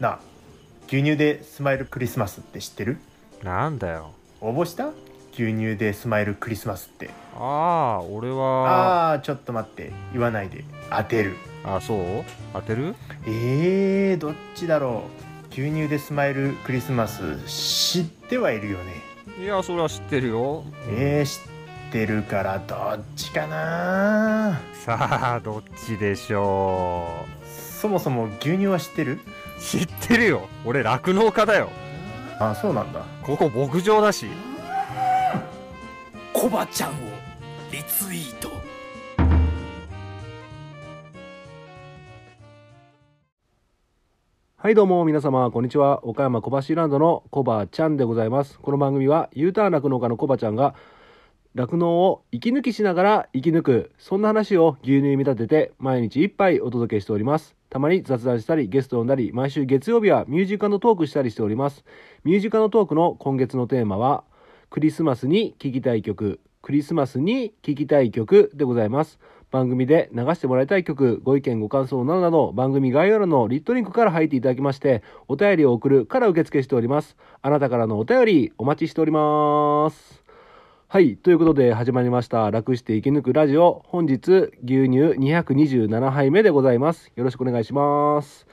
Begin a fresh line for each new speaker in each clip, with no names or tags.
なあ牛乳でスマイルクリスマスって知ってる
なんだよ
応募した牛乳でスマイルクリスマスって
ああ俺は
ああーちょっと待って言わないで当てる
あそう当てる
えー、どっちだろう牛乳でスマイルクリスマス知ってはいるよね
いやそれは知ってるよ
えー、知ってるからどっちかな
さあどっちでしょ
そもそも牛乳は知ってる
う知ってるよ俺酪農家だよ
あそうなんだ
ここ牧場だし
コバちゃんをリツイート
はいどうも皆様こんにちは岡山小橋ランドのコバちゃんでございますこの番組は U ターン酪農家のコバちゃんが酪農を息抜きしながら生き抜くそんな話を牛乳に見立てて毎日一杯お届けしておりますたまに雑談したりゲストを呼んだり毎週月曜日はミュージカルトークしたりしておりますミュージカルトークの今月のテーマはクリスマスに聴きたい曲クリスマスに聴きたい曲でございます番組で流してもらいたい曲ご意見ご感想などなど番組概要欄のリットリンクから入っていただきましてお便りを送るから受付しておりますあなたからのお便りお待ちしておりますはい。ということで始まりました。楽して生き抜くラジオ。本日、牛乳227杯目でございます。よろしくお願いします。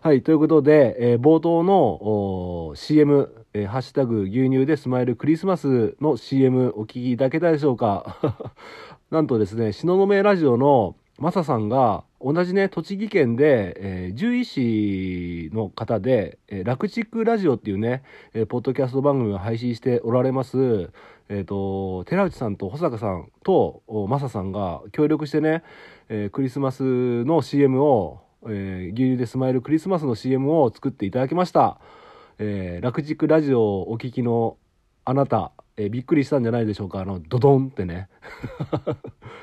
はい。ということで、えー冒頭のおー CM、えーハッシュタグ牛乳でスマイルクリスマスの CM お聞きいただけたでしょうか なんとですね、東雲ラジオのマサさんが、同じね、栃木県で、えー獣医師の方で、えー、楽畜ラジオっていうね、えーポッドキャスト番組を配信しておられます、えー、と寺内さんと保坂さんとおマサさんが協力してね、えークリスマスの CM を、えー牛乳でスマイルクリスマスの CM を作っていただきました。えー、楽軸ラジオをお聞きのあなた、えーびっくりしたんじゃないでしょうかあのドドンってね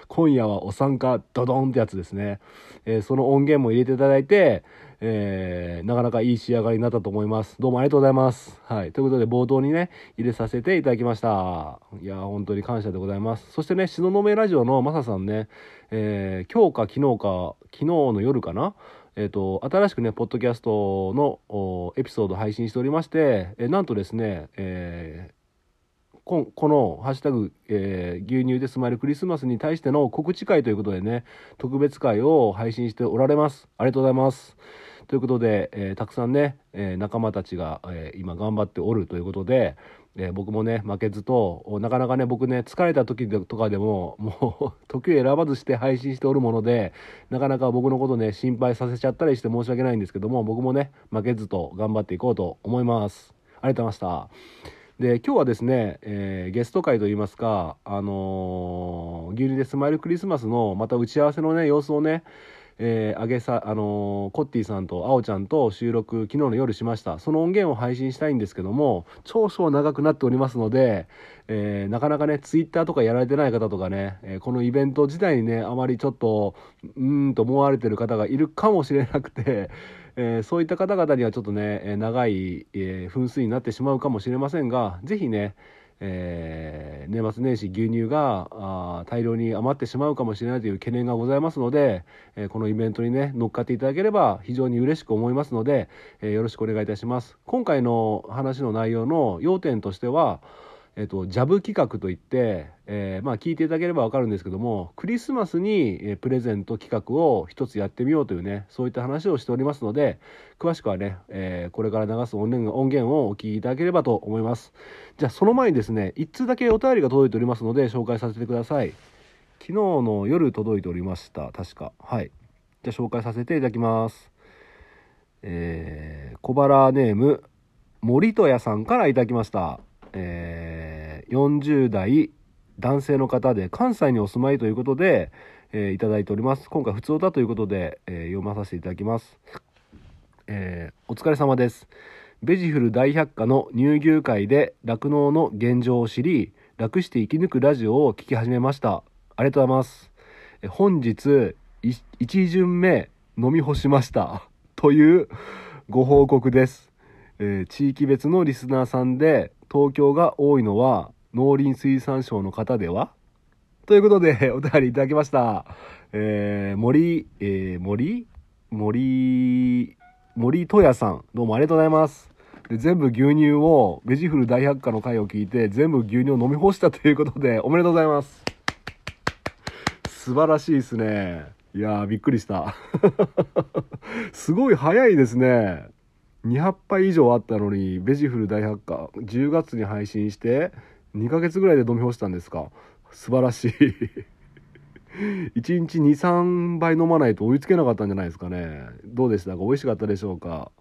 今夜はお参加ドドンってやつですね、えーその音源も入れていただいて、えーなかなかいい仕上がりになったと思いますどうもありがとうございます、はい、ということで冒頭にね入れさせていただきましたいやー本当に感謝でございますそしてね東雲ラジオのマサさんね、えー今日か昨日か昨日の夜かなえっ、と、新しくね、ポッドキャストのおエピソード配信しておりまして、えーなんとですね、えーここの「ハッシュタグ、えー牛乳でスマイルクリスマス」に対しての告知会ということでね特別会を配信しておられますありがとうございますということで、えーたくさんね、えー仲間たちが、えー今頑張っておるということで、えー僕もね負けずとおなかなかね僕ね疲れた時でとかでももう 時を選ばずして配信しておるものでなかなか僕のことね心配させちゃったりして申し訳ないんですけども僕もね負けずと頑張っていこうと思いますありがとうございましたで今日はですね、えーゲスト会といいますか、あのー牛乳でスマイルクリスマスのまた打ち合わせのね様子をね、えー、あげさ、あのーコッティさんとあおちゃんと収録昨日の夜しましたその音源を配信したいんですけども長々長くなっておりますので、えーなかなかねツイッターとかやられてない方とかね、えーこのイベント自体にねあまりちょっとうーんと思われてる方がいるかもしれなくて。えーそういった方々にはちょっとね、えー長い、えー噴水になってしまうかもしれませんが、ぜひね、えー年末年始牛乳があー大量に余ってしまうかもしれないという懸念がございますので、えーこのイベントにね乗っかっていただければ非常に嬉しく思いますので、えーよろしくお願いいたします今回の話の内容の要点としてはえっと、ジャブ企画といって、えーまあ聞いていただければわかるんですけどもクリスマスに、えープレゼント企画を一つやってみようというねそういった話をしておりますので詳しくはね、えーこれから流す音源音源をお聞きいただければと思いますじゃあその前にですね一通だけお便りが届いておりますので紹介させてください昨日の夜届いておりました確かはいじゃあ紹介させていただきますえー小腹ネーム森戸屋さんからいただきましたえー40代男性の方で関西にお住まいということで、えーいただいております今回普通だということで、えー読まさせていただきます、えーお疲れ様ですベジフル大百科の乳牛会で酪農の現状を知り楽して生き抜くラジオを聞き始めましたありがとうございますえー本日い一巡目飲み干しました というご報告ですえー地域別のリスナーさんで東京が多いのは農林水産省の方ではということで お便りいただきました、えー森、えー森森森戸屋さんどうもありがとうございますで全部牛乳をベジフル大百科の回を聞いて全部牛乳を飲み干したということでおめでとうございます素晴らしいですねいやーびっくりした すごい早いですね200杯以上あったのにベジフル大百科10月に配信して2ヶ月ぐらいで飲み干したんですか素晴らしい 1日23杯飲まないと追いつけなかったんじゃないですかねどうでしたか美味しかったでしょうか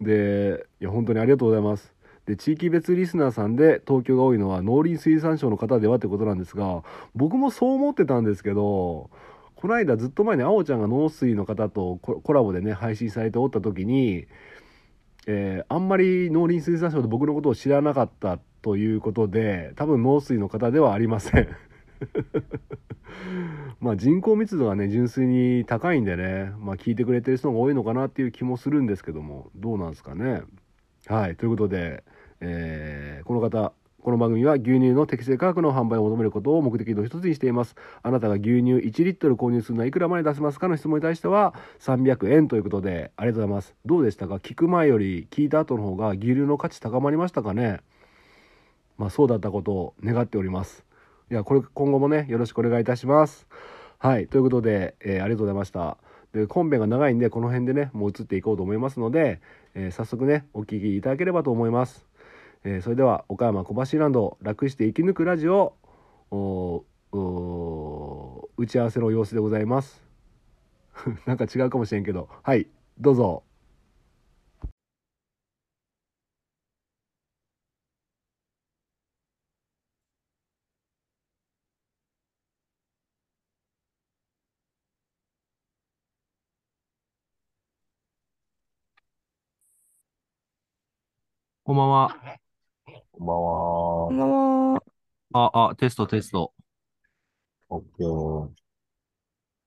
でいや本当にありがとうございますで地域別リスナーさんで東京が多いのは農林水産省の方ではってことなんですが僕もそう思ってたんですけどこの間ずっと前にあおちゃんが農水の方とココラボでね配信されておった時にえーあんまり農林水産省で僕のことを知らなかったということで多分農水の方ではありません まあ人口密度がね純粋に高いんでね、まあ、聞いてくれてる人が多いのかなっていう気もするんですけどもどうなんですかねはいということで、えーこの方この番組は牛乳の適正価格の販売を求めることを目的の一つにしていますあなたが牛乳1リットル購入するのはいくらまで出せますかの質問に対しては300円ということでありがとうございますどうでしたか聞く前より聞いた後の方が牛乳の価値高まりましたかねまあそうだったことを願っておりますいやこれ今後もねよろしくお願いいたしますはいということで、えーありがとうございましたで本編が長いんでこの辺でねもう移っていこうと思いますので、えー早速ねお聞きいただければと思います、えーそれでは岡山小橋ランド楽して生き抜くラジオおお打ち合わせの様子でございます なんか違うかもしれんけどはいどうぞこんばんは
こんばんは。
ああテストテスト
オッケー。お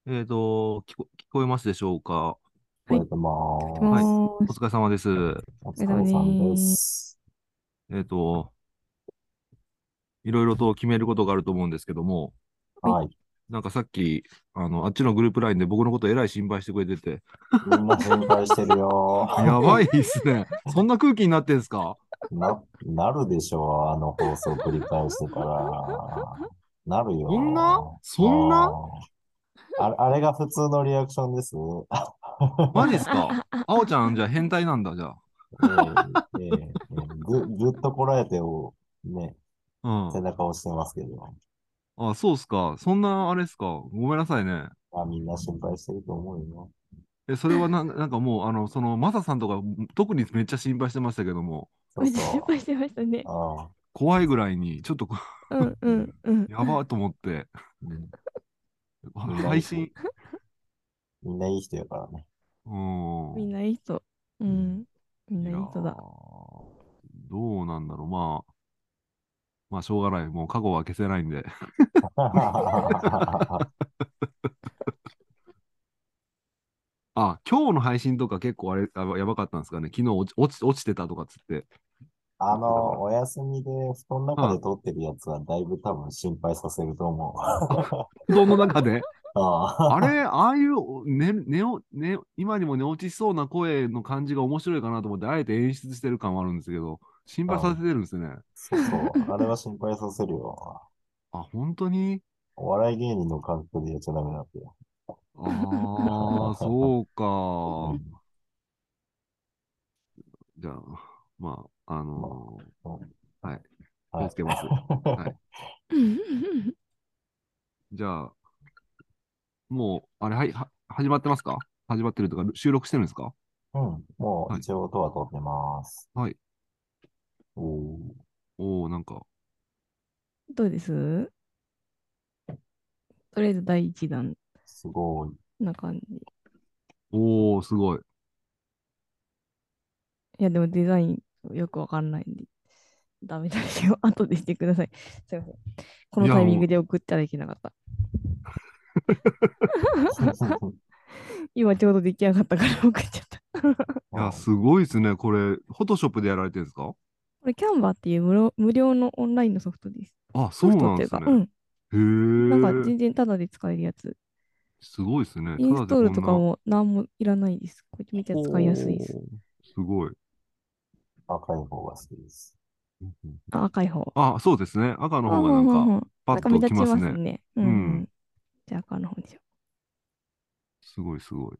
えっ、と聞こ聞こえますでしょうか
疲れてまーす。
はい。
お疲れ様です
お疲れさんです。
えっ、と、いろいろと決めることがあると思うんですけども、
はい。
なんかさっき、あの、あっちのグループラインで僕のことえらい心配してくれてて、
みんな心配してるよ ー。
やばいっす ね。そんな空気になってんすか
な、なるでしょう。あの放送繰り返してから。なるよー。
そんなそんな
あーああれが普通のリアクションです。
マジっす かあおちゃん、じゃあ変態なんだ、じゃ
ええええええ ぐ、ぐっとこらえてを、ね、
あ。う
背中を押してますけど。
ん。あ、そうっすか。そんな、あれっすか。ごめんなさいね。
まあみんな心配してると思うよ。
え、それは な、なんかもう、あの、その、マサさんとか、特にめっちゃ心配してましたけども、
そう
めっちゃ
そ
心
う。
配してましたね。
ああ。
怖いぐらいに、ちょっとこ
うんうんうん
う、。やばーと思 って、
うん
配信、
みんないい人やからね。
うん。
みんないい人。うん。みんないい人
やー
だ。
どうなんだろう、まあ。まあ、しょうがない。もう過去は消せないんで。あ、今日の配信とか結構あれ、あやばかったんですかね。昨日落ち落ち落ちてたとかっつって。
あの、お休みで布団の中で撮ってるやつはだいぶ多分心配させると思う。
布団の中 で。
ああ、
あれ、ああいう、ね、寝お寝今にも寝落ちしそうな声の感じが面白いかなと思って、あえて演出してる感はあるんですけど、心配させてるんですね。
そうそう。あれは心配させるよ。
あ、本当に
お笑い芸人の感覚でやっちゃダメだってよ。
ああ、そうか。じゃあ、まあ、あのー
は
気
い
をつけます。いじゃあ、もう、あれ、はい、は、始まってますか始まってるとか、収録してるんですか
うん、もう一応音は撮ってます。
はい。
おー
おおなんか、
どうですとりあえず第一弾
すごい。
な感じ。
おおすごい。
いや、でもデザインよくわかんないんで。ダメですよ。 後でしてください。すいません。この
いや
タイミングで送ったらいけなかった。今ちょうど出来上がったから 送っちゃった。
いや、 すごいですね。これ、フォトショップでやられてるんですか
これ、キャンバーっていう無料無料のオンラインのソフトです。
あ、そ
ソ
う
フ
な
ト
ん
って
で
いう
す
か、
ね。
うん。
へ
なんか
え。
全然タダで使えるやつ。
すごいですね。
インストールとか
ただでこんな
も何もいらないです。こうやって見て使いやすいです。
すごい。
赤い方が好きです。
あ赤い方。
あ、そうですね。赤の方
うんう
が
んう
なん
うん
か、パ
なんか
ッ
目
と
立
き
ち
ま
ますす
ね。
ね。うん、うん。じゃあ赤の方にしよ
すごいすごい。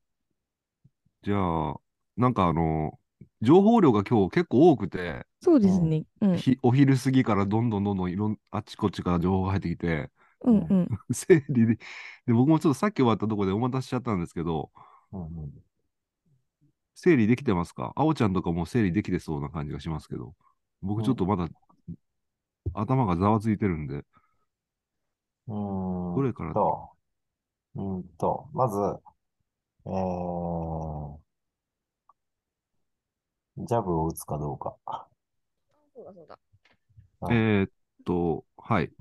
じゃあ、なんかあの、情報量が今日結構多くて、
う。そうですね。うん。
ひお昼過ぎからどんどんどんどんいろん、あちこちから情報が入ってきて、
うんうん。
整理で、で、僕もちょっとさっき終わったところでお待たせしちゃったんですけど、
うんうん
整理できてますかあおちゃんとかもう整理できてそうな感じがしますけど、僕ちょっとまだ頭がざわついてるんで、
うーん
どれから
と、うーんと、まず、えー、ジャブを打つかどうか。
そうだそうだ。
はい
えーっと、はい。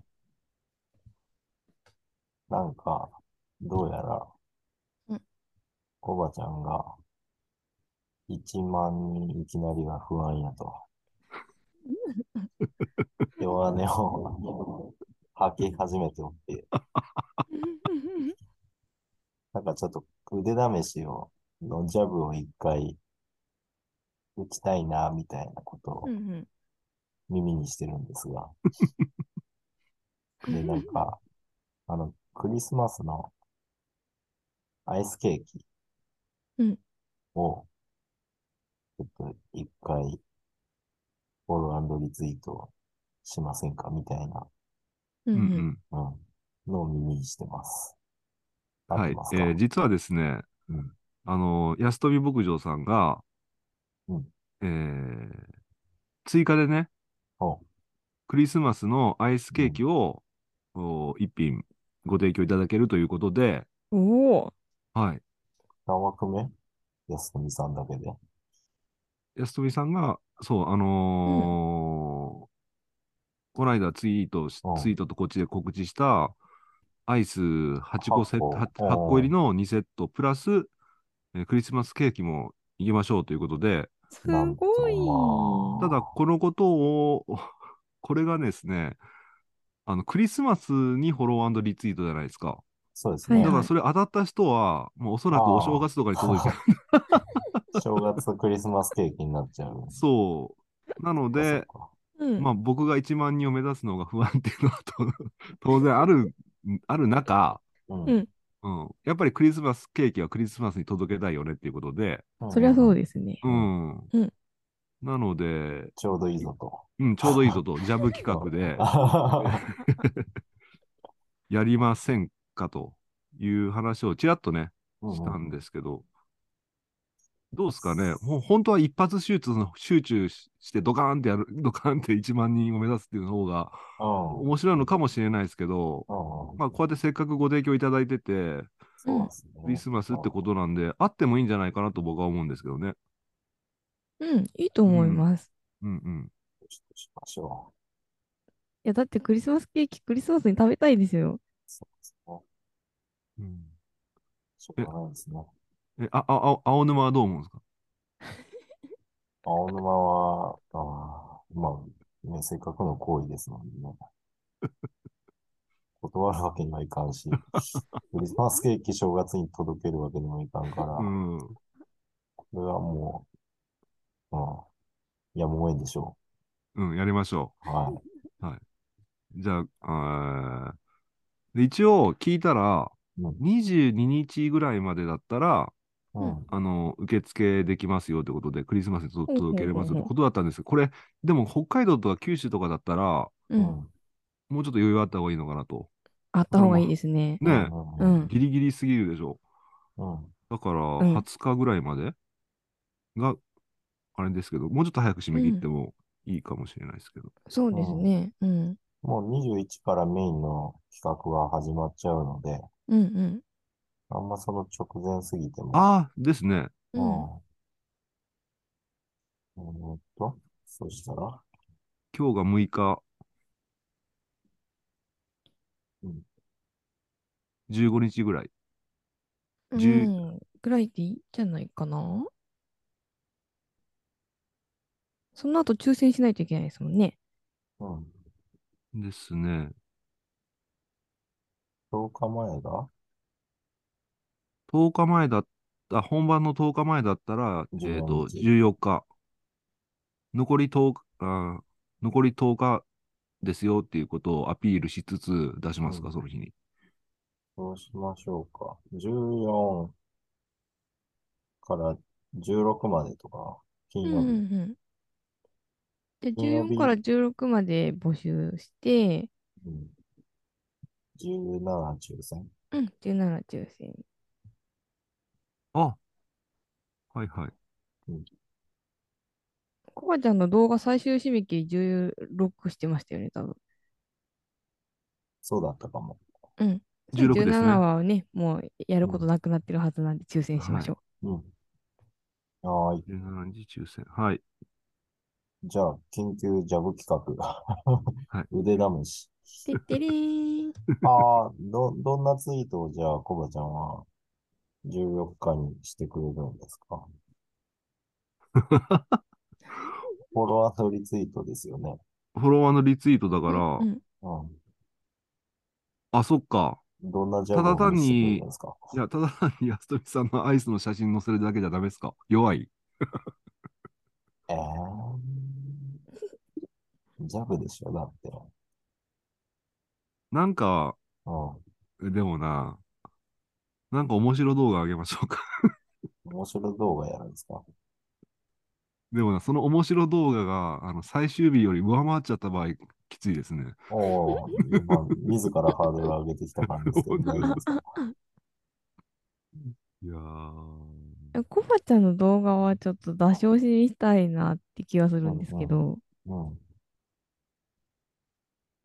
なんか、どうや
う
ら
ん、
コバちゃんが、1万人いきなりが不安や と。弱音を吐き始めておって、なんかちょっと腕試しを、のジャブを一回打ちたいな、みたいなことを
うんうん。
耳にしてるんです が。で、なんか、あの、クリスマスのアイスケーキ
うん
を、ちょっと一回、フォローリツイートしませんかみたいな、
うんう。
うんうんん
うん、のを耳にしてます。合っ
は
て
い
ま。す
え
か
ー実はですね、
うん
あの、安富牧場さんが、
うん
えー追加でね、
お
クリスマスのアイスケーキを、お一品ご提供いただけるということで、
おお。
はい。
何枠目安富さんだけで。
安富さんが、そう、あのーこの間ツイートし
うん、
ツイートとこっちで告知した、アイス8個セット、
8
8
個
個入りの2セット、プラス、えークリスマスケーキもいきましょうということで、
すごい。
なんと
ただ、このことを、 これがですね、あの、クリスマスにフォローリツイートじゃないですか。
そうです
はい
ね
だ
は
か
い。
らそれ当たった人は、もうおそらくお正月とかに届いちゃう。
正月クリスマスケーキになっちゃう。
そう。なので、
そっか
うん。
まあ僕が1万人を目指すのが 不安っていうのはと当然ある、ある中、
そっか、
うん
うん、やっぱりクリスマスケーキはクリスマスに届けたいよねっていうことで、
うん
そりゃそう
で
ですね。
うん。
うん
なので、
ちょうどいいぞと。
うん、ちょうどいいぞと、ジャブ企画 で。やりませんかという話をちらっとね、
うん
したんですけど、どうですかね、ほ本当は一発集中の集中ししてドカーンってやる、ドカーンって1万人を目指すっていう方が
うん
面白いのかもしれないですけど、
うん
まあこうやってせっかくご提供いただいてて、
そうですね。
クリスマスってことなんで、あってもいいんじゃないかなと僕は思うんですけどね。
うん。いいと思います。
うんうん。
としましょ
いや、だってクリスマスケーキ、クリスマスに食べたいですよ。
う。そうですね。
うん、
しょうがないですね。
え、あ、あ、あ、青沼はどう思うんですか
青沼は、あーまあ、ね、せっかくの行為ですもん ね。断るわけにはいか んし、クリスマスケーキ正月に届けるわけにもいかんから、
うん。
これはもう、うん、やむを得んでしょ
うん、やりましょう。
う。はい。
じゃあ、えーで一応聞いたら、
うん
22日ぐらいまでだったら、
うん。
あの、受付できますよってことで、クリスマスにと
ほうほうほうほう
届けれますってことだったんですけど、これ、でも北海道とか九州とかだったら、
う。
うんん。
もうちょっと余裕あった方がいいのかなと。
あった方がいいですね。
う。
ね
うんん。
ギリギリすぎるでしょ。
うん。
だから、
ん
20日ぐらいまでが、あれですけど、もうちょっと早く締め切ってもいいかもしれないですけど。
そうですね。うん。
もう21からメインの企画は始まっちゃうので、
うん
あんまその直前過ぎても。
ああ、ですね。
うん。う
うん。
ん。
えーっと、そしたら、
今日が6日。
うん
15日ぐらい。
う
10
ん、ぐらいでいいんじゃないかなその後抽選しないといけないですもんね。
うん。
ですね。
10日前が
10日前だった、本番の10日前だったら、えっ、
14
と、
日
14日。残り10日、あー残り10日ですよっていうことをアピールしつつ出しますか、
うん
その日に。
そうしましょうか。14から16までとか、金
うん
曜
うんう
日。
ん。で、
金曜日
14から16まで募集して、
うん、17、抽選。
うん、17抽選。
あはいはい。
コバちゃんの動画最終締め切り16してましたよね、多分。
そうだったかも。
16ですね
17はね、もうやることなくなってるはずなんで抽選しましょう。
うん。はーい。
17時抽選。はい。
じゃあ、緊急ジャブ企画。
はい
腕試し。
てってれーん。
ああ、ど、どんなツイートをじゃあ、コバちゃんは14日にしてくれるんです かフォロワーのリツイートですよね。
フォロワーのリツイートだから、
うん
うん。
あ、そっか。
どんなジャブ
ただ
を
単
見せてくれ
に
るんですか
いや、ただ単に安富さんのアイスの写真載せるだけじゃダメですか弱い。
えー、ジャブでしょだって。
なんか、
う
でもな、なんか面白動画あげましょうか。
ん。面白い動画やるんですか
でもな、その面白動画が、あの、最終日より上回っちゃった場合、きついですね。
おお、今、自らハードル上げてきた感じですけど、大丈夫ですか
いやー。
えコバちゃんの動画はちょっと出し惜しみしたいなって気はするんですけど、
うん。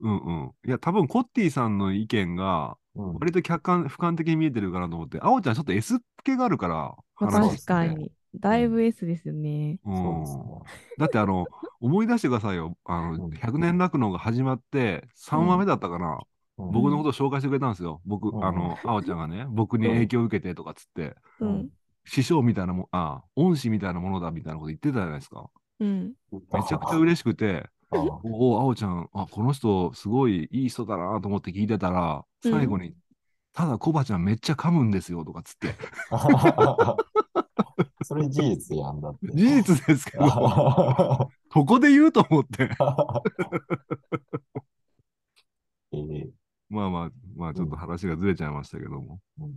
うんうん。いや、多分、コッティさんの意見が、
うん。
割と客観、俯瞰的に見えてるかなと思って、あおちゃんちょっと S っ気があるから、
ま
話
あ
そう
で
です
確
すね。
かに、だいぶ S ですよね。
う
そうです
ん
ね。。
だってあの、思い出してくださいよ。あ
う
の、
ん
100年酪農が始まって、3話目だったかな。
うん
僕のことを紹介してくれたんですよ。僕
う、ん
あの、あおちゃんがね、僕に影響を受けてとかっつって、
う
うん
ん。
師匠みたいなもん、あ、恩師みたいなものだみたいなこと言ってたじゃないですか。
うん。
めちゃくちゃ嬉しくて、
あー
おお、あおちゃん、あ、この人、すごいいい人だなと思って聞いてたら、
うん
最後に、ただコバちゃんめっちゃ噛むんですよとかっつって、
それ事実やんだって。
事実ですけど、ここで言うと思って。
ええ
まあまあ、まあちょっと話がずれちゃいましたけども。
うん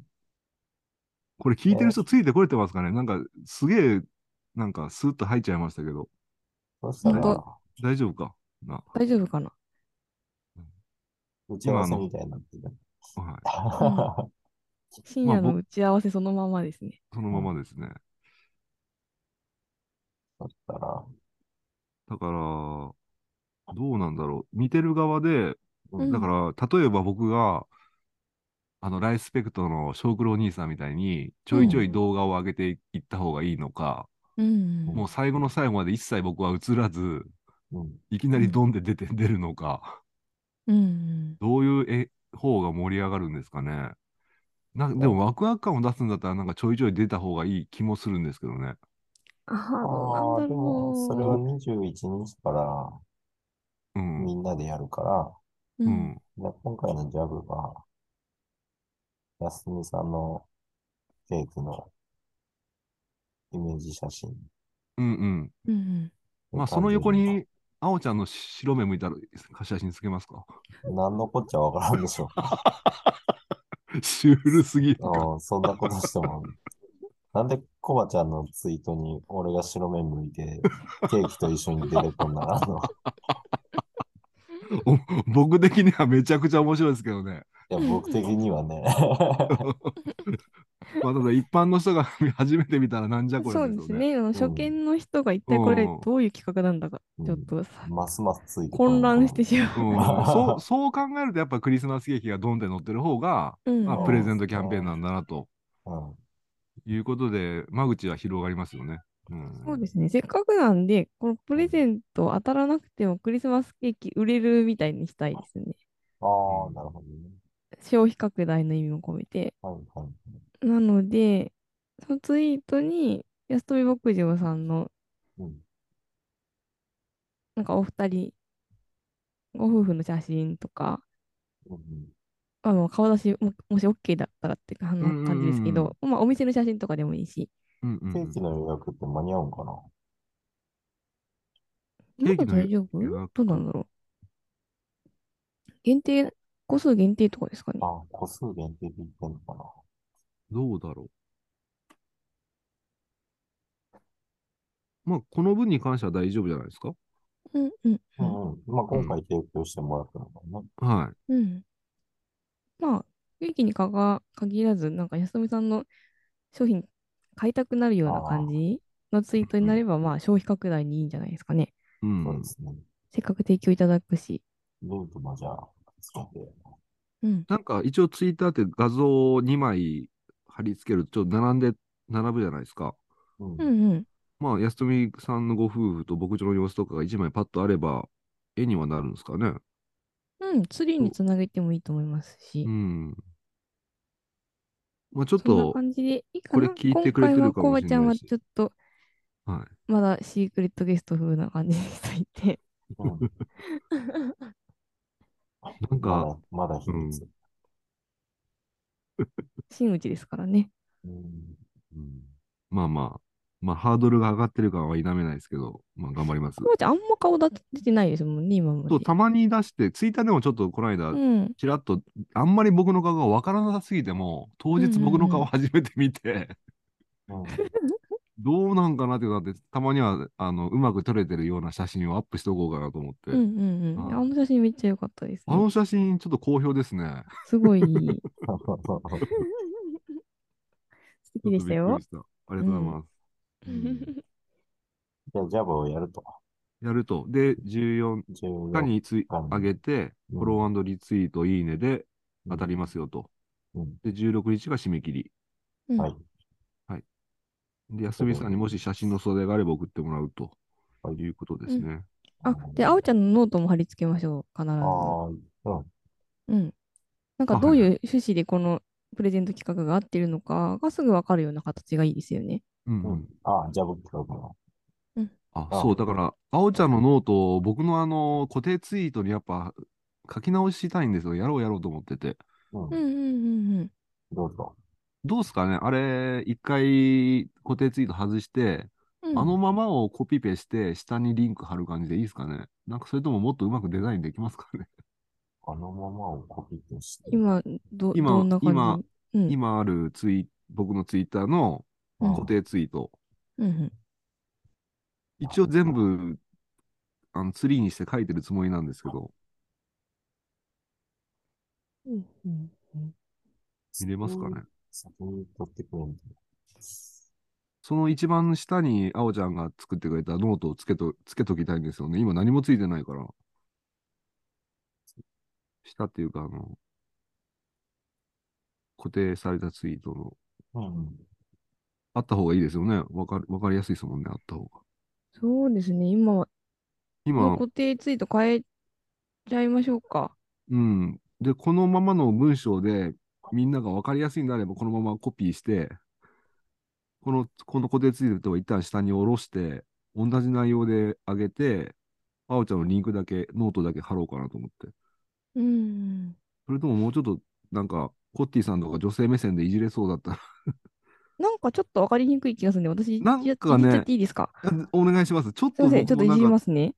これ聞いてる人ついてこれてますかねなんかすげえ、なんかスーッと入っちゃいましたけど、
そした
本
ら、
大丈夫かな、
大丈夫かな
打ち合わせみたいになってる。
はい、
深
まあ
夜の
僕
打ち合わせそのままですね。
そのままですね。
そしたら、
だから、どうなんだろう。見てる側で、
うん
だから、例えば僕が、あの、ライスペクトの小九郎兄さんみたいに、ちょいちょい動画を上げていいった方がいいのか、
うん
もう最後の最後まで一切僕は映らず、
うん、
いきなりドンで出て、出るのか。
うん。うん。
どういうえ方が盛り上がるんですかね。なでもワクワク感を出すんだったらなんかちょいちょい出た方がいい気もするんですけどね。
ああ、
あ
どう
あー、
な
で
んだ
も、それは
ろ
21日から
うん。
みんなでやるから、
う
う。うん。
ん。
じゃあ今回のジャブは、安みさんのケーキのイメージ写真。
うんうん。
うん。
まあその横に、あおちゃんの白目向いたら写真つけますか。
何のこっちゃわからんでしょう。
シュールすぎるか。
うんそんなことしても。なんでコバちゃんのツイートに俺が白目向いて、ケーキと一緒に出てこんならんの
お僕的にはめちゃくちゃ面白いですけどね。
いや、僕的にはね。
まあただ一般の人が 初めて見たらなんじゃこ
そ
れ
う
で
ですす
よね。
ね。あの初見の人が一体これ
うん
どういう企画なんだか、
うん
ちょっとさ
ますますついてこ
混乱して
し
しま
うんそうそう考えるとやっぱクリスマスケーキがドンで乗ってる方が、
う。うん。
まあ、プレゼントキャンペーンなんだなと
うん。
いうことで、間口は広がりますよね。うん、
そうですね。せっかくなんで、このプレゼント当たらなくてもクリスマスケーキ売れるみたいにしたいですね。
ああ、なるほどね。
消費拡大の意味も込めて。
はいはい。
なので、そのツイートに、安富牧場さんの、
うん。
なんかお二人、ご夫婦の写真とか、
うん
あの顔出しも、もし OK だったらっていうかあの
うんうんうん
感じですけど、まあ、お店の写真とかでもいいし、
うんうん
ケーキの予約って間に合うんかな
ま
定
だ
期の
大丈夫
予約
どうなんだろう。限定、個数限定とかですかね。
あ、個数限定で言ってんのかな
どうだろう。まあ、この分に関しては大丈夫じゃないですか。
うんうん
う
うん。
んうん。まあ、今回提供してもらったのかな。
は
うん。まあ、ケーキにかが限らず、なんか安富さんの商品買いたくなるような感じのツイートになれば、まあ消費拡大にいいんじゃないですかね。
い。うん
そうですね。
せっかく提供いただくし。
リンクもじゃあ、つけて。
うん。
なんか、一応ツイッターって画像を2枚貼り付けると、ちょっと並んで、並ぶじゃないですか。
うん
う。んうん。
まあ、安富さんのご夫婦と牧場の様子とかが1枚パッとあれば、絵にはなるんですかね。
うん、ツリーにつなげてもいいと思いますし
う。ん。まあ、ちょっ
そんな
と、
感じでいいか
これ
な。
聞いてくれてるかもしれないし
今回はコバちゃんはちょっと
は
まだシークレットゲスト風な感じにしとい て。
うん
い。なん
ま
か、
だ、まだ秘密。
真打ちですからね。
うん。
うんまあまあ、まあ、ハードルが上がってる感は否めないですけど、まあ、頑張ります。
コバちゃんあんま顔出てないですもんね、今まで。
そう、たまに出して、ツイッターでもちょっとこの間
う、ん。
ちらっと、あんまり僕の顔がわからなさすぎても、当
うんうん
日
うん
僕の顔初めて見て、
うん
どうなんかなってなって、たまには、あの、うまく撮れてるような写真をアップしておこうかなと思って。
うんうんうん。
はい
あの写真めっちゃ良かったです
あ
ね。
の写真、ちょっと好評ですね。
す ごいいい。
ちょ
素敵でした
っとびっ
よ
くり。した。ありがとうございます。
うんじゃあ、ジャブをやると。
やると。で、14
14
日にツイ
うん
上げて、フォローリツイート、いいねで当たりますよと。
うん
で、16日が締め切り。
うん
はい
で、安見さんにもし写真の素材があれば送ってもらうということですね。
あ、で、あおちゃんのノートも貼り付けましょう、必
ああ、うん。
ず。うん。なんか
あ
どう
はいいうは
趣旨でこのプレゼント企画が合ってるのかがすぐわかるような形がいいですよね。
うんう
うんん、ああ、ジャブ企画の。
あ
あ
そう、だから、あおちゃんのノートを僕のあの、固定ツイートにやっぱ書き直したいんですよ。やろうやろうと思ってて。
うん
う、んうんうん
どうぞ。
どうすかねあれ、一回固定ツイート外して、
うん。うん
あのままをコピペして、下にリンク貼る感じでいいですかねなんかそれとももっとうまくデザインできますかね
あのままをコピーして。
今、ど、
今
どんな感じうん。
今あるツイ、僕のツイッターの
うん
固定ツイート。
うんうん。
一応全部、あの、ツリーにして書いてるつもりなんですけど、
うんうんうん
見れますかね
先に取ってくれんと。
その一番下に、あおちゃんが作ってくれたノートをつけと、つけときたいんですよね。今何もついてないから。下っていうか、あの、固定されたツイートの、
うん。
あった方がいいですよね。わかる、わかりやすいですもんね、あった方が。
そうですね。今、
今、
固定ツイート変えちゃいましょうか。
うん。で、このままの文章で、みんなが分かりやすいんであれば、このままコピーして、この、この固定ツイートを一旦下に下ろして、同じ内容で上げて、あおちゃんのリンクだけ、ノートだけ貼ろうかなと思って。
うんうん。
それとももうちょっと、なんか、コッティさんとか女性目線でいじれそうだったら
なんかちょっとわかりにくい気がするんで、私、
なん
いや
かね
いじっちゃっていいですか
お願いします。ちょっ
すいま
と
せん、ちょっといじ
僕
り
もなん
ま
か
すね。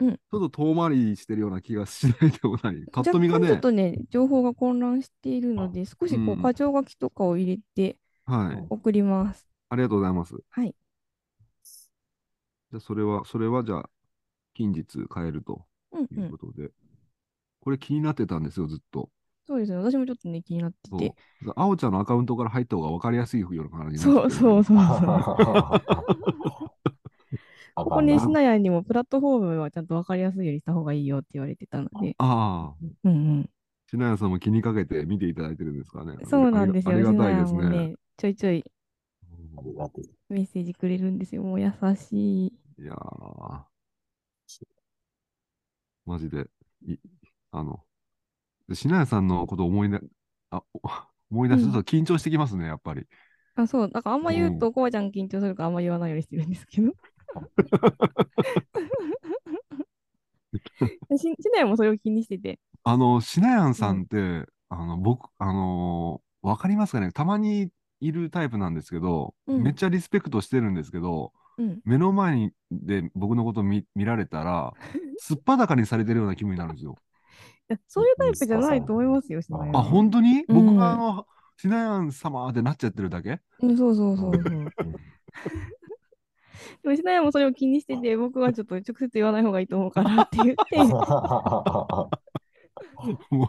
ちょっと遠回りしてるような気がしないでもない。パッと見が
若干ちょっ
ね、
とね、情報が混乱しているので、少しこ
うん
う、箇条書きとかを入れて
はい。
送ります。
ありがとうございます。
はい。
じゃあそれは、それはじゃあ、近日変えると。
うん
と
う
いうんこ。とで、これ気になってたんですよ、ずっと。
そうですね。私もちょっとね、気になって
そう
て。
あおちゃんのアカウントから入った方が分かりやすいような感じに
そ
なっ
う
てる
そうそうそう。
こ
ここね、しなやにもプラットフォームはちゃんと分かりやすいようにした方がいいよって言われてたので。
ああ、
うん
しなやさんも気にかけて見ていただいてるんですかね
うん。。そうなんですよ。
ありがあ
し
りが
な
たい
や
です
も
ね。
ね、ちょいちょい
ありがてえ
メッセージくれるんですよ。もう優しい。
いやー、マジで、いあの、しなやさんのこと思いな、あ、お思い出すと緊張してきますね、やっぱり。
あ、そう。なんかあんま言う
う
と、コバちゃん緊張するからあんま言わないようにしてるんで すけど。 ししなやもそれを気にしてて、
あの、しなやんさんって、あの、僕、あのーわかりますかねたまにいるタイプなんですけど、
うん
めっちゃリスペクトしてるんですけど、
うん。
目の前にで僕のこと見見られた ら、すっぱだかにされてるような気分になるんですよ。
いやそういうタイプじゃないと思いますよ、しなやん
あ、本当に
うん
僕があの、しなやん様ってなっちゃってるだけ
うん、そうそうそうそう。でも、しなやんもそれを気にしてて、僕はちょっと直接言わない方がいいと思うからって言って、
も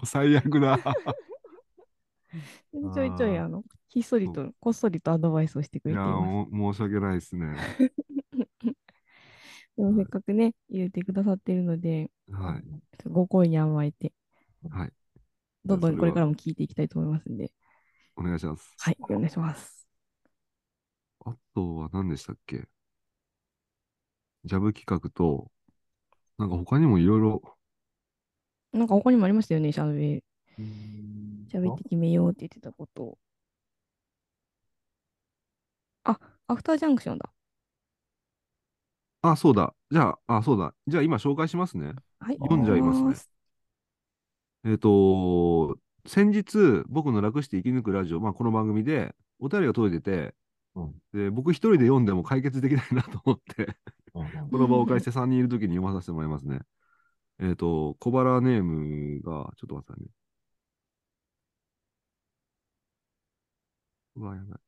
う最悪 だ。
ちょいちょい、あの、ひっそりと、こっそりとアドバイスをしてく
い
れ
や
ています。
もう申し訳ないですね。
でも、せっかくね、言ってくださってるので、
はい。
ご声に甘えて、
はい。
どんど
そ
ん
れは
これからも聞いていきたいと思いますんで、
お願いします。
はい、お願いします。
あとは何でしたっけジャブ企画と、なんか他にもいろいろ、
なんか他にもありましたよね、しゃべ、 しゃべっ
あ
て決めようって言ってたこと。あ、アフタージャンクションだ。
あ、そうだ。じゃあ、あ、そうだ。じゃあ今紹介しますね。
はい、
読んじゃいますね
お願し
えっ、と、先日、僕の楽して生き抜くラジオ、まあこの番組で、お便りが届いてて、
うん
で僕一人で読んでも解決できないなと思って、この場をお借りして3人いるときに読まさせてもらいますね。えっ、と、小腹ネームが、ちょっと待ってくださいね。うわ、やばい。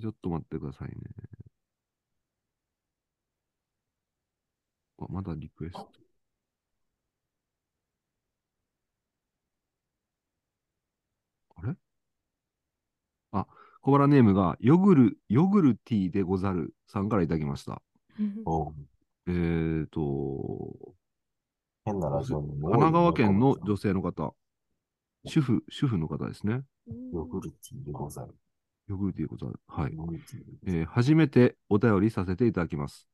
ちょっと待ってくださいね。あ、まだリクエスト。あれあ、小腹ネームが、ヨグル、ヨグルティーでござるさんからいただきました。
ます。
お
えーと、
変なラジオに
神奈川県の女性の方、主婦、主婦の方ですね。
ヨグルティでござる。
ヨグルティーでござる。はい。
ヨグルティでござる
えー初めてお便りさせていただきます。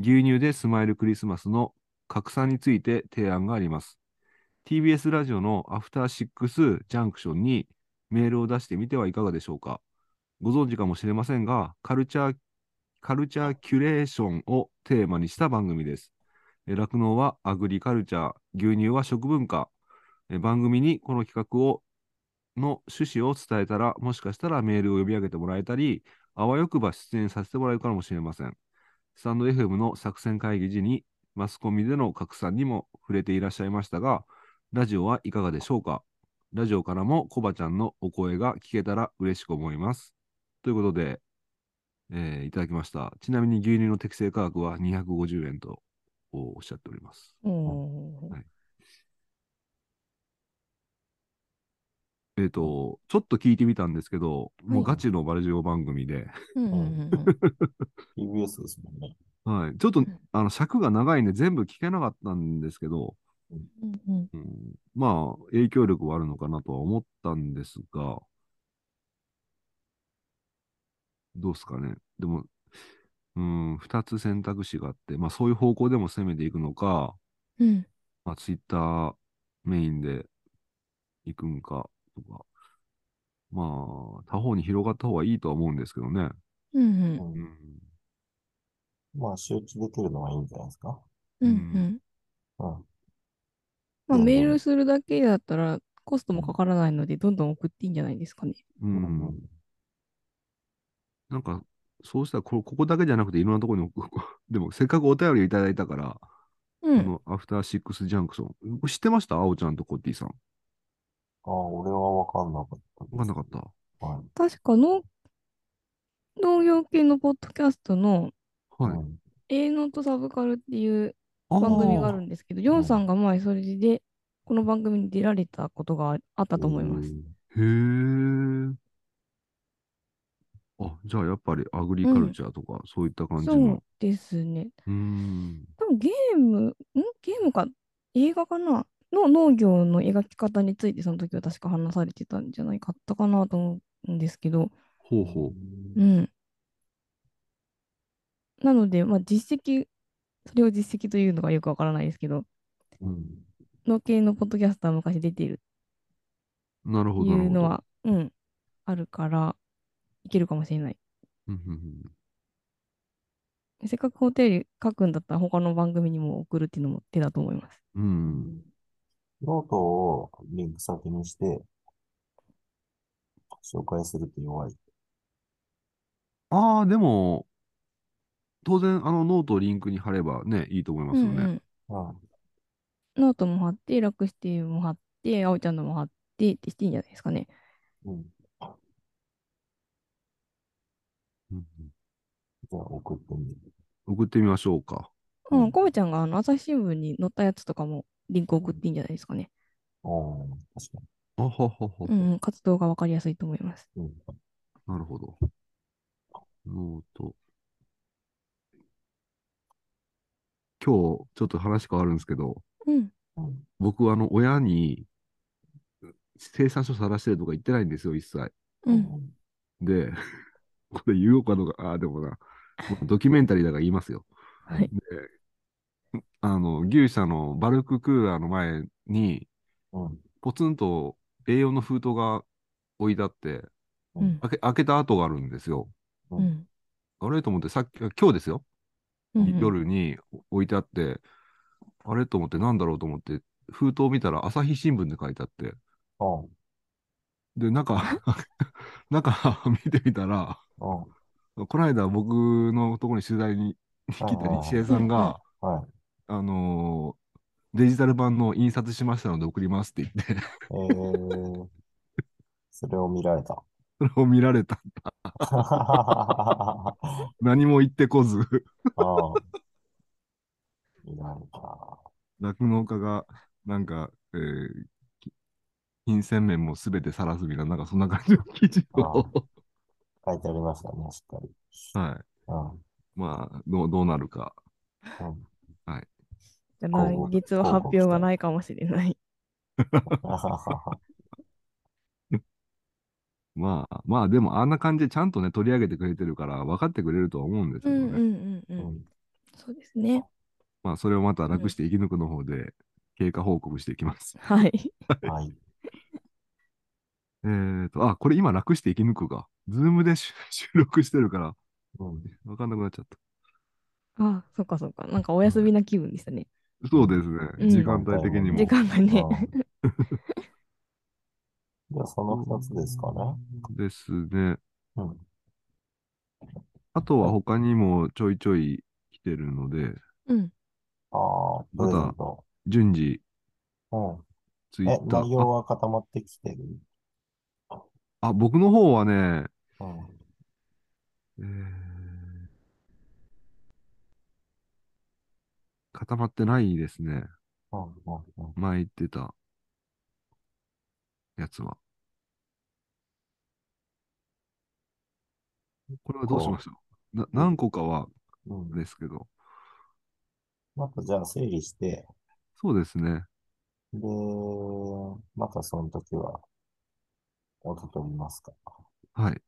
牛乳でスマイルクリスマスの拡散について提案があります。TBS ラジオのアフターシックスジャンクションにメールを出してみてはいかがでしょうか。ご存知かもしれませんが、カルチャー、カルチャーキュレーションをテーマにした番組です。えー酪農はアグリカルチャー、牛乳は食文化。えー番組にこの企画をの趣旨を伝えたら、もしかしたらメールを呼び上げてもらえたり、あわよくば出演させてもらえるかもしれません。スタンド FM の作戦会議時にマスコミでの拡散にも触れていらっしゃいましたが、ラジオはいかがでしょうかラジオからもコバちゃんのお声が聞けたら嬉しく思います。ということで、えーいただきました。ちなみに牛乳の適正価格は250円とおっしゃっております。
おー
えっ、と、ちょっと聞いてみたんですけど、も
は
う
い
ガチのバラジオ番組で、
うんうんうんうん
TBS ですもんね。
はい、ちょっと
ん
あの尺が長いんで全部聞けなかったんですけど、
うんうん
うん、まあ影響力はあるのかなとは思ったんですが、どうですかね。でも、うん、2つ選択肢があって、まあそういう方向でも攻めていくのか、
うん
まあツイッターメインで行くんかとか、まあ他方に広がった方がいいとは思うんですけどね。
うんうん
うん、
まあ、周知できるのはいいんじゃないですか。
うんうん
うん。
まあメールするだけだったらコストもかからないのでどんどん送っていいんじゃないですかね。
うん。なんか、そうしたらこ、ここだけじゃなくて、いろんなところに置く、 でも、せっかくお便りをいただいたから、
う
こ
ん。
のアフターシックスジャンクション。これ知ってました青ちゃんとコッティさん。
ああ、俺はわかんなかったです。
わかんなかった。
はい。
確かの農業系のポッドキャストの
はい。
うん
営農とサブカルっていう
あー
番組があるんですけど、ジョンさんが前それでこの番組に出られたことがああったと思います。。
へえ。あ、じゃあ、やっぱりアグリカルチャーとか、そういった感じの。
そうですね。
うーん。
多分ゲーム、んゲームか映画かなの農業の描き方についてその時は確か話されてたんじゃないかったかなと思うんですけど、
ほうほう。
うん。なので、まあ実績、それを実績というのがよくわからないですけど、
うん。
農系のポッドキャスター昔出てる
なる
って
ほど、な
い
る
う
ほ
の
ど。
は、うん、あるから、いけるかもしれない。
うんうんうん
せっかくホテル書くんだったら他の番組にも送るっていうのも手だと思います。
うん。
ノートをリンク先にして、紹介すると弱い。
ああ、でも、当然、あの、ノートをリンクに貼ればね、いいと思いますよ
うんう
ね。
ん
うん。
ノートも貼って、楽シティも貼って、あおちゃんのも貼ってってしていいんじゃないですかね。
うん。
うん
じゃあ送ってみる。
送ってみましょうか。
うん
うん、コメちゃんがあの朝日新聞に載ったやつとかもリンク送っていいんじゃないですかね。
おー、確か
あははは。
うん、うん、活動がわかりやすいと思います。
に。うん。
なるほど。ノート。今日、ちょっと話変わるんですけど、
うん。
うん
僕、あの、親に、生産書晒してるとか言ってないんですよ、一切。
うん。
で、 これ言おうかどうか、ああ、でもな、ドキュメンタリーだから言いますよ。
はい。
あの、牛舎のバルククーラーの前に、
うん。
ポツンと A4 の封筒が置いてあって、
うん。
開け開けた跡があるんですよ。
うん。
あれと思って、さっき、今日ですよ。
うん。
夜に置いてあって、あれと思って、なんだろうと思って、封筒見たら、朝日新聞で書いてあって、
うん。
で、 中、中見てみたら、
うん。
この間僕のところに取材に来た
ああ
西江さんが、
はい。
あのーデジタル版の印刷しましたので送りますって言って、
えー、それを見られた。
それを見られた。
あ
何も言ってこず、
あ。見られた。
酪農家が、なんか、えーき金銭面もすべてさらすみたいな、なんかそんな感じの記事を、
書いてありましたね、しっかり。
は
うん。
い。まあ、どう、どうなるか。
じゃあ来月は発表がないかもしれない。
まあ、まあ、でもあんな感じでちゃんとね、取り上げてくれてるから、分かってくれるとは思うんですけ
う
どね。
んうんうんうん。そうですね。
まあ、それをまた楽して生き抜くの方で、経過報告していきます。
はい。
はい。
えーと、あ、これ今楽して生き抜くが。ズームで収収録してるから、
うん。
わかんなくなっちゃった。
あ、そっかそっか。なんかお休みな気分でしたね。
そうです
うん
ね。時間帯的に
うん
も。
時間がね。
うんじゃあ、その二つですかね。
ですね。
うん。
あとは他にもちょいちょい来てるので、
うん。
ああ、プレゼント。
順次、
う
ツイ
ん。
ッ
え、
タ
内容
ー。
は固まってきてる
あ、あ僕の方はね、え
うん。
ー固まってないですね。
うん。うん。うん
前言ってたやつは。これはどうしましたな何個かは
うん。
ですけど。
またじゃあ整理して、
そうですね。
で、またその時は、音取りますか。
はい。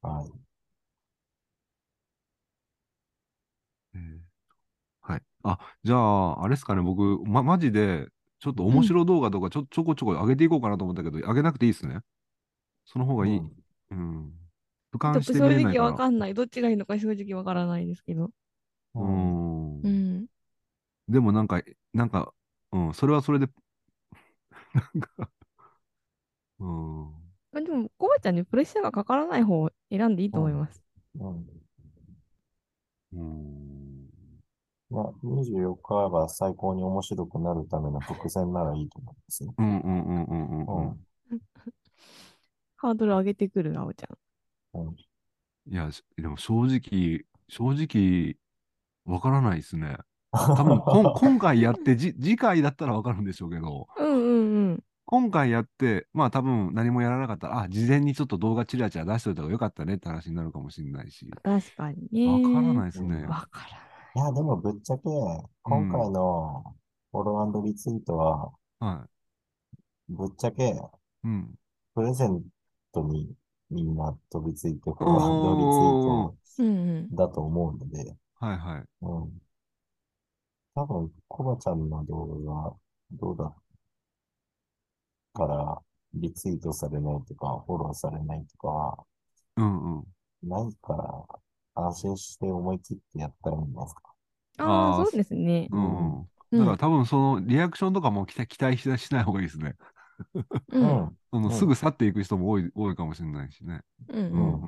はい。
えーはい。あ、じゃあ、あれですかね、僕、ま、マジで、ちょっと面白動画とかちょ、ちょこちょこ上げていこうかなと思ったけど、上げなくていいですね。その方がいい。
うん
うん。俯
ちょ
瞰
っと
して見
正
れない
直
か
わ
ら。
かんない。どっちがいいのか正直わからないですけど。
う
う
ん。
ん
うん。
でもなんか、なんか、うん、それはそれで、なんか、うん、
まあでも、コバちゃんにプレッシャーがかからない方を選んでいいと思います。
うん。
うん、
まあ、24日が最高に面白くなるための伏線ならいいと思うんですよ。
うん、うん、うん、うん、うんう
ハードル上げてくる、あおちゃん。
ん。いや、しでも正直、正直、わからないです ね。多分こん今回やってじ、次回だったらわかるんでしょうけど、
うんうんうん。
今回やって、まあ多分何もやらなかったら、あ、事前にちょっと動画チラチラ出しといた方がよかったねって話になるかもしれないし、
確かに
わ
ね。
からないですね。
わから
い
ない。
や、でもぶっちゃけ、今回のフォローリツイートは、
は
ぶっちゃけ、
い。うん。
プレゼントにみんな飛びついて、フォロ
おー
ーリツイ
うん
ートだと思うので、
はいはい。
うん。多分、コバちゃんの動画が、どうだから、リツイートされないとか、フォローされないとかは、
うんうん。
ないから、安心して思い切ってやったらいいんじゃないですか。
あ
あ
あ、
ー
そうですね。
うんうん。
う
だ
ん
から多分そのリアクションとかも期待期待しなしない方がいいですね。
う。
うんん。
あの
うん
すぐ去っていく人も多い多いかもしれないしね。
う。
うんん
ん
うん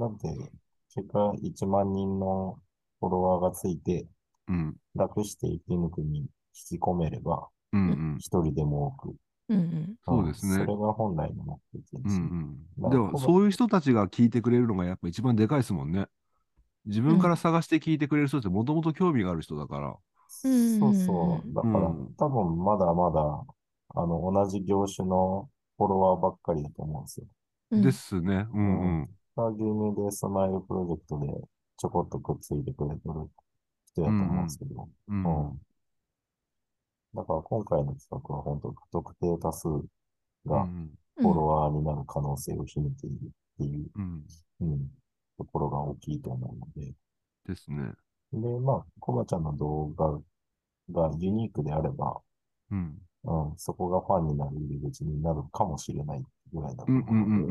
だって、結果1万人のフォロワーがついて、
うん
楽して生き抜くに引き込めれば、
うんうん
一人でも多く。
うん。
そうですね
んそれが本来の目的で
う
すね。
ん
ま
うん。
あ
でもそういう人たちが聞いてくれるのがやっぱ一番でかいですもんね。自分から探して聞いてくれる人ってもともと興味がある人だから。
うん
そうそう。だから、
うん
多分まだまだ、あの、同じ業種のフォロワーばっかりだと思うんですよ。
うん
ですね。うんうん。
まあ牛乳でスマイルプロジェクトでちょこっとくっついてくれてる人やと思うんですけど。
う
うんん。だから今回の企画は本当不特定多数が
うん
フォロワーになる可能性を秘めているっていう、
うん。
うん、ところが大きいと思うので。
ですね。
で、まあ、コバちゃんの動画がユニークであれば、
うん。
うん、そこがファンになる入り口になるかもしれないぐらいだと
うん
思
うんうん
う
う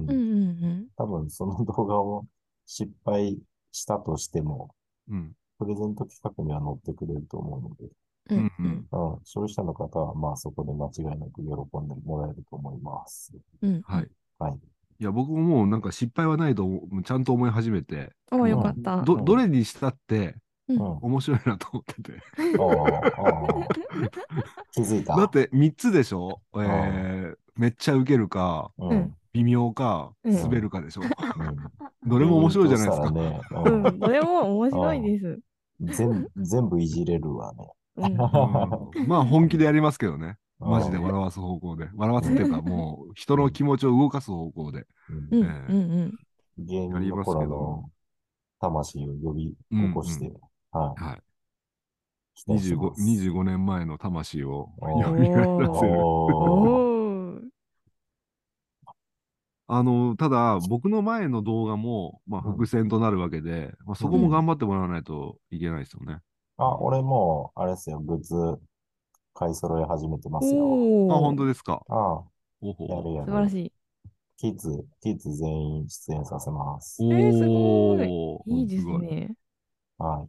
ので、
ん
うんうん
多分その動画を失敗したとしても、
うん。うん。
プレゼント企画には載ってくれると思うので、
うん。うん
うんうん
うん、消費者の方は、まあそこで間違いなく喜んでもらえると思います。
うん。
はい。
はい。
いや、僕ももうなんか失敗はないと思うちゃんと思い始めて、
ああ、よかった。
ど、
うん
どれにしたって
うん。あ
面白いなと思ってて。
あ、ああ。気づいた
だって3つでしょえー、めっちゃウケるか、
うん。
う
うんん
微妙か、
うん
滑るかでしょ。どれも面白いじゃないですか。
か。
う
うん
ん。どれも面白いです。
全全部いじれるわね。
うん。
うんまあ本気でやりますけどね。
うん
マジで笑わす方向で。笑わすっていうか、もう人の気持ちを動かす方向で。
うん
うん。うん。
芸
や
人
り
の
ますけ
頃
ど
の魂を呼び起こして、は。
はいい。25, 25年前の魂を
おー
よみがえらせる。
お
おー
お。
あの、ただ、僕の前の動画も、まあ、
うん
伏線となるわけで、まあ、そこも頑張ってもらわないといけないですよね。
あ、俺もう、あれですよ、グッズ買い揃え始めてますよ。
おお。
あ、本当ですか。
あ
おほ
あ、やるや
素晴ら
る。
しい。
キッズ、キッズ全員出演させます。
えーすごい
おー
いいです。
ごい
ね。
は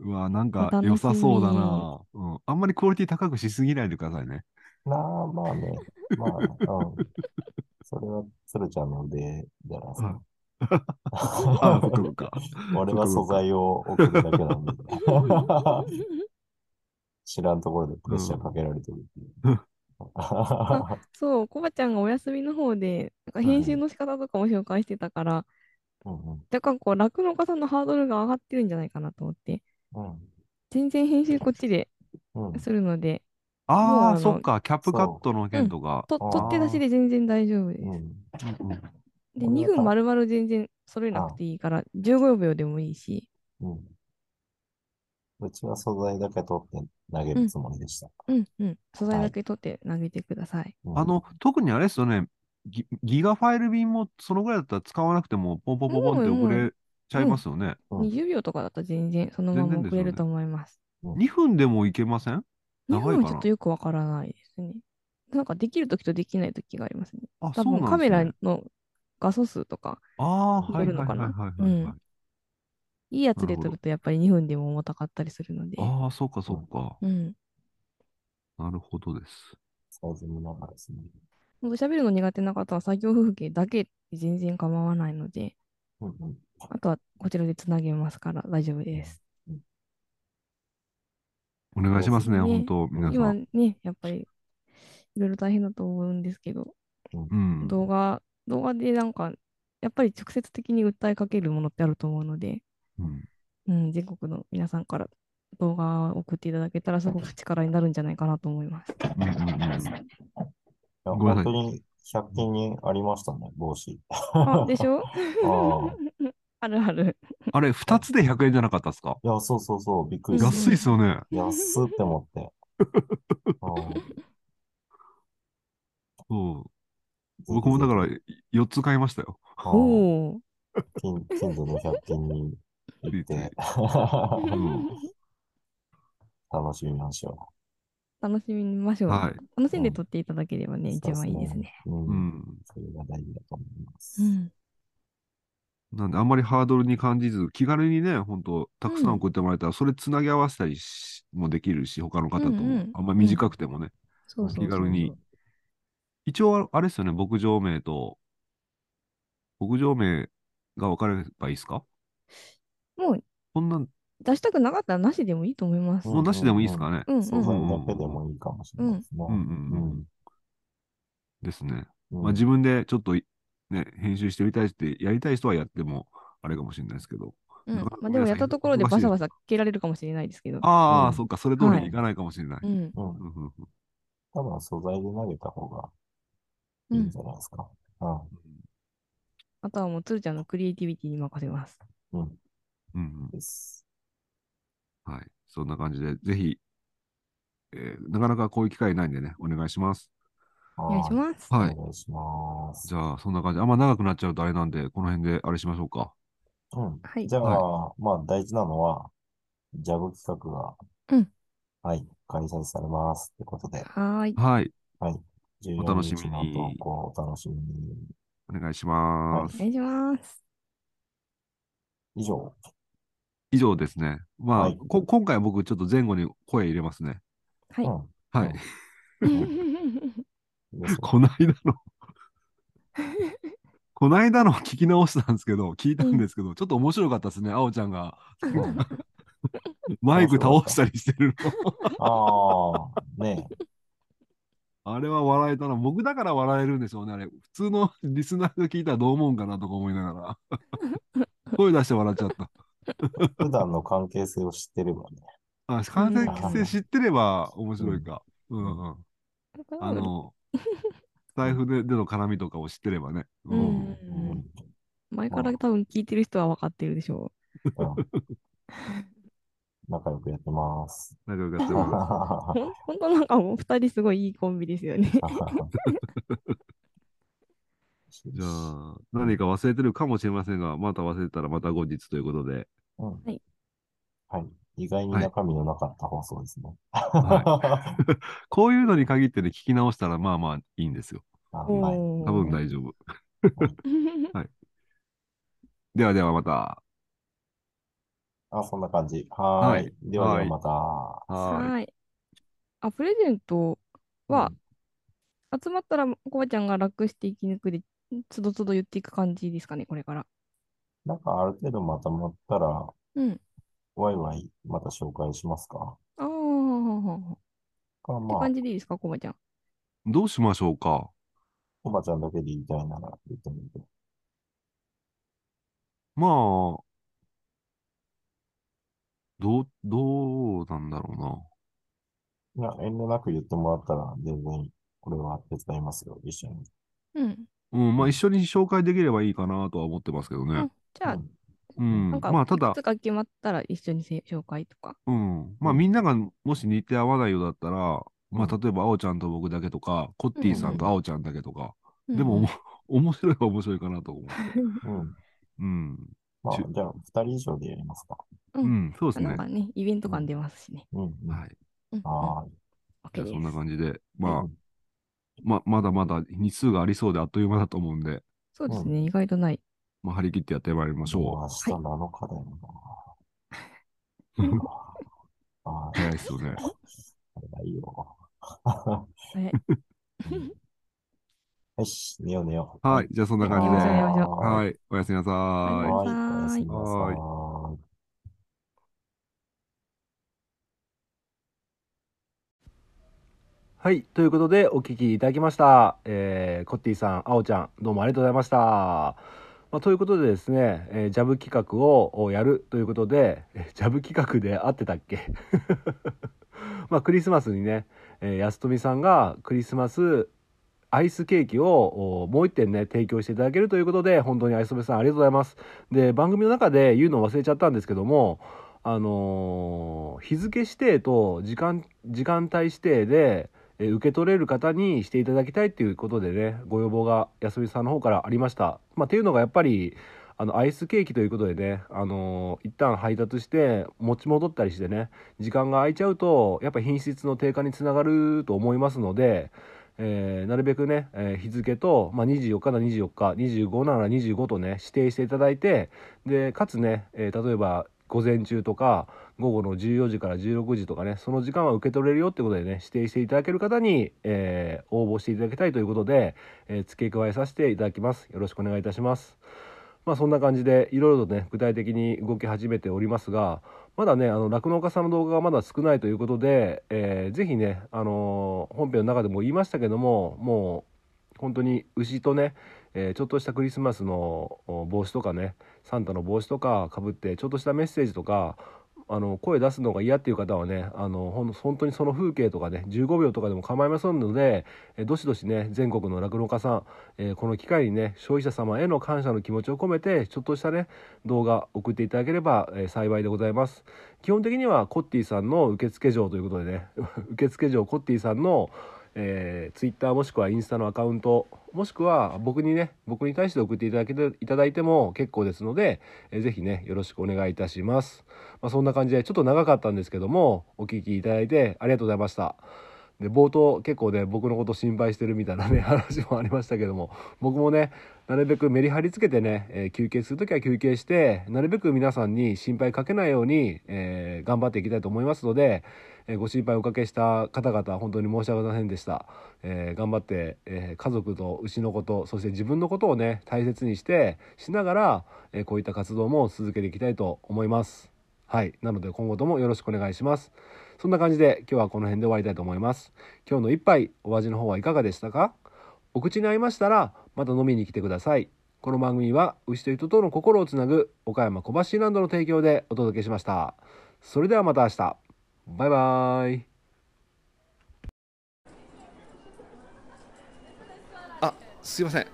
うわ、なん
お楽
か
しみ
良さそうだな、うん。あんまりクオリティ高くしすぎないでくださ いね。
い。なあ、まあね、まあ、うん。 それは、鶴ちゃんの腕じゃないですか。
あ、そっか そっか。
俺は素材を送るだけなんで。 知らんところでプレッシャーかけられてるってい
う
う
ん
そう、コバちゃんがお休みの方で、なんか編集の仕方とかも紹介してたから、
うんうん
若干こう、酪農家さんのハードルが上がってるんじゃないかなと思って、
うん
全然編集こっちで
うん
するので、も
あ
うあ
あ、
の
そっか。キャップカットの件とか。
と
あー
取って出しで全然大丈夫です。
うん
うんうん
で、
これだ
2
った
分丸々全然揃えなくていいから、15秒でもいいし、
うんうちは素材だけ取って投げるつもりでした。
うんうん、素材だけ取って投げてください。
うん
あの、特にあれですよね。ギギガファイル便もそのぐらいだったら使わなくても、ポンポンポンポンって送れちゃいますよね。
うん
20秒とかだと全然そのま
全然
ま
です
送
よね
れると思います。
うん
2分でもいけません
2
長い
分
か
は
な
ちょっとよくわからないですね。なんかできるときとできないときがありますね。
あ、そ
多
うなんで
分
すね
カメラの画素数とか、
ああ、はい
撮
はい
るの
は
か
い
な
はいはいはい。
いいやつ
なる
で
ほ
撮
ど
るとやっぱり2分でも重たかったりするので。
ああ、そうかそうか。
うん。
なるほどです。
サイズ見ながらですね。
ほんと喋るの苦手な方は作業風景だけで全然構わないので、
うんうん
あとはこちらでつなげますから大丈夫です。
お願いしますね、
そうです
本
ね
当皆さ
今
ん。
ね、やっぱりいろいろ大変だと思うんですけど、
うん。
動画、動画でなんか、やっぱり直接的に訴えかけるものってあると思うので、
うん
うん、全国の皆さんから動画を送っていただけたらすごく力になるんじゃないかなと思 います。
うんうんうん
いや
ごめんなさい
本当に100均にありましたね、帽子。
あ、でしょ
あ
あるある。
あれ、2つで100円じゃなかったですか
いや、そうそうそう、びっくりし
安い
て。
ですよね。
安っって思 って。うん
そう。僕もだから4つ買いましたよ。
うん
おお。
近近所の100均に行っ、
行ってん
楽しみましょ
楽しみましょう。
はい。
楽しんで撮っていただければ
う。
ね、一番いいですね。
そうですね。
う
うん。
ん。
それが大事だと思いま
う
す。
ん。
なんで、あんまりハードルに感じず、気軽にね、本当たくさん送ってもらえたら、それつなぎ合わせたりしもできるし、他の方とも、
うんうん
あんま短くてもね。
そうそうそう
気軽に。一応あ、あれですよね、牧場名と、牧場名が分かればいいですか
もう
こんなん、
出したくなかったらなしでもいいと思います。
もうなしでもいいですかね。
うんうん
素材だけでもいいかもしれないですね。
うんうんうん。ですね。
うん
まあ自分でちょっとい、ね、編集してみたいって、やりたい人はやっても、あれかもしれないですけど。
うん
なかなか
まあ、でもやったところで
ごめんな
バ
さ
サ
い
バサ蹴られるかもしれないですけど。
ああ、
うん
そっか、それ通りにいかないかもしれない。
うん。
うん
うんうんうん
多分素材で投げた方が
う
いいん
ん
じ。ゃないですか。うん。
あとはもう、つるちゃんのクリエイティビティに任せます。
うん。
うんうん
です。
はい。そんな感じで、ぜひ、えーなかなかこういう機会ないんでね、お願いします。
お願いし
は
ます。
はい
お願いします。
じゃあ、そんな感じ。あんま長くなっちゃうとあれなんで、この辺であれしましょうか。
うん。
はい
じ。ゃあ、まあ大事なのは、ジャブ企画が、
うん
はい、開催されますってことで、
はーい。
はい。
14
お楽しみ
日の
に
投稿お楽しみに。
お願いしま
お
す。
願いします。
以上。
以上ですね。まあ、
はい
こ今回僕ちょっと前後に声入れますね。
はい。
はい。
うん。です
こないだ の、こないだの聞き直したんですけど、聞いたんですけど、ちょっと面白かったですね、あおちゃんが。 マイク倒したりしてるの。
ああ、ねえ
あれは笑えたな。僕だから笑えるんでしょうね、あれ。普通のリスナーが聞いたらどう思うんかなとか思いながら。声出して笑っちゃった。
普段の関係性を知ってればね。
あ、完全性知ってれば面白いか。うんうん。
だから
あの、財布ででの絡みとかを知ってればね。
う
うんん。
前から多分聞いてる人は分かってるでしょ
仲良くやってます。
仲良かったよ
う。
は
ほん本当なんかもう二人すごいいいコンビですよね。
じゃあ、何か忘れてるかもしれませんが、また忘れたらまた後日ということで。
うん
はい
はい。意外に中身のなかった放送ですね。
はこういうのに限ってね、聞き直したらまあまあいいんですよ。
あはい。
おー
多分大丈夫。
は
ではではまた。
あ、そんな感じ。はー
はい
い。ではでは
はい
また。
はい。
い。あ、プレゼントは、集まったらコバちゃんが楽して生き抜くで、つどつど言っていく感じですかね、これから。
なんかある程度まとまったら、
うん。
ワイワイまた紹介しますか。
ああ、っ
か、
て
まあ
感、じでいいですか、コバちゃん。
どうしましょうか
おばちゃんだけで言いたいなら言ってみて。
まあ、どう、どうなんだろうな。
いや、遠慮なく言ってもらったら、全然、これは手伝いますよ、一緒に。
うん。
うん、まあ一緒に紹介できればいいかなとは思ってますけど
うん
ね。
じゃあ、
うん。
なんか、
まあた
い
だ
くつ、か決まったら一緒にせ紹介とか。
うん。まあ
うん
みんながもし似て合わないようだったら、ま
う
あ例えば、あおちゃんと僕だけとか、コッティさんとあおちゃんだけとか、でもおも、面白いは面白いかなと思う。
うん。
うん。
まあ
ちゅ、
じゃあ、二人以上でやりますか。
う、
うんん、そうです
な
ね
ん。かね、イベント感出ますしね。
うん、うん。
はい。
うん、うん、
はーい。
じ
OK
ゃあ
です。
そんな感じで、
う
まあ
ん、
ま、まだまだ日数がありそうであっという間だと思うんで、
そうですね、意外とない。
まあ張り切ってやってまいりまし
もう
ょ
明日7日だよ
う。
な。ああ、
早いっすよね。
早いよ。は
え
いよし、寝よう寝よう。
はい、。じゃあそんな感じで、
寝ましょう寝ましょう
は。
はいい、おやすみなさ
は
ーい。
はい。おやすみな
は
さ
い
い。
はい。ということで、お聞きいただきました。えーコッティさん、あおちゃん、どうもありがとうございました。まあ、ということでですね、えージャブ企画をおやるということで、えージャブ企画で合ってたっけ まあ、クリスマスにね、えー、安富さんがクリスマスアイスケーキをおもう一点ね、提供していただけるということで、本当に安富さんありがとうございます。で、番組の中で言うのを忘れちゃったんですけども、あのー日付指定と時間、時間帯指定で、えー受け取れる方にしていただきたいということでねご要望が安見さんの方からありました。まあ、っていうのがやっぱりあのアイスケーキということでね、あのー一旦配達して持ち戻ったりしてね時間が空いちゃうとやっぱ品質の低下につながると思いますので、えーなるべくね、えー日付と、まあ、24日なら24日25なら25とね指定していただいてでかつね、えー例えば午前中とか午後の14時から16時とかねその時間は受け取れるよってことでね指定していただける方に、えー応募していただきたいということで、えー付け加えさせていただきますよろしくお願いいたしますまあそんな感じでいろいろとね具体的に動き始めておりますがまだね、あの、酪農家さんの動画がまだ少ないということで、えーぜひね、あのー本編の中でも言いましたけども、もう、本当に牛とね、えーちょっとしたクリスマスのお帽子とかね、サンタの帽子とかかぶって、ちょっとしたメッセージとか、あの声出すのが嫌っていう方はねあのほん本当にその風景とかね15秒とかでも構いませんのでえーどしどしね全国の酪農家さん、えーこの機会にね消費者様への感謝の気持ちを込めてちょっとしたね動画送っていただければ、えー幸いでございます基本的にはコッティさんの受付嬢ということでね 受付嬢コッティさんの、えー、ツイッターもしくはインスタのアカウントもしくは僕にね僕に対して送っていただけていただいても結構ですので、えーぜひねよろしくお願いいたします、まあ、そんな感じでちょっと長かったんですけどもお聞きいただいてありがとうございましたで冒頭結構ね僕のこと心配してるみたいなね 話もありましたけども僕もねなるべくメリハリつけてね、えー休憩するときは休憩してなるべく皆さんに心配かけないように、えー頑張っていきたいと思いますので、えーご心配おかけした方々本当に申し訳ございませんでした、えー頑張って、えー家族と牛のことそして自分のことをね大切にしてしながら、えーこういった活動も続けていきたいと思いますはいなので今後ともよろしくお願いしますそんな感じで今日はこの辺で終わりたいと思います今日の一杯お味の方はいかがでしたかお口に合いましたらまた飲みに来てくださいこの番組は牛と人との心をつなぐ岡山小橋ランドの提供でお届けしましたそれではまた明日バイバイ
あすいません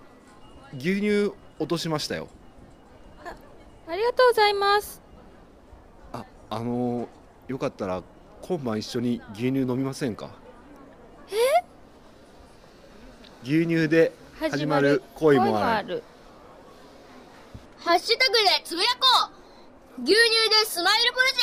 牛乳落としましたよ
ありがとうございます。
ああのーよかったら今晩一緒に牛乳飲みませんかえ牛乳で始まる恋もある
る。ハッシュタグでつぶやこう牛乳でスマイルプロジ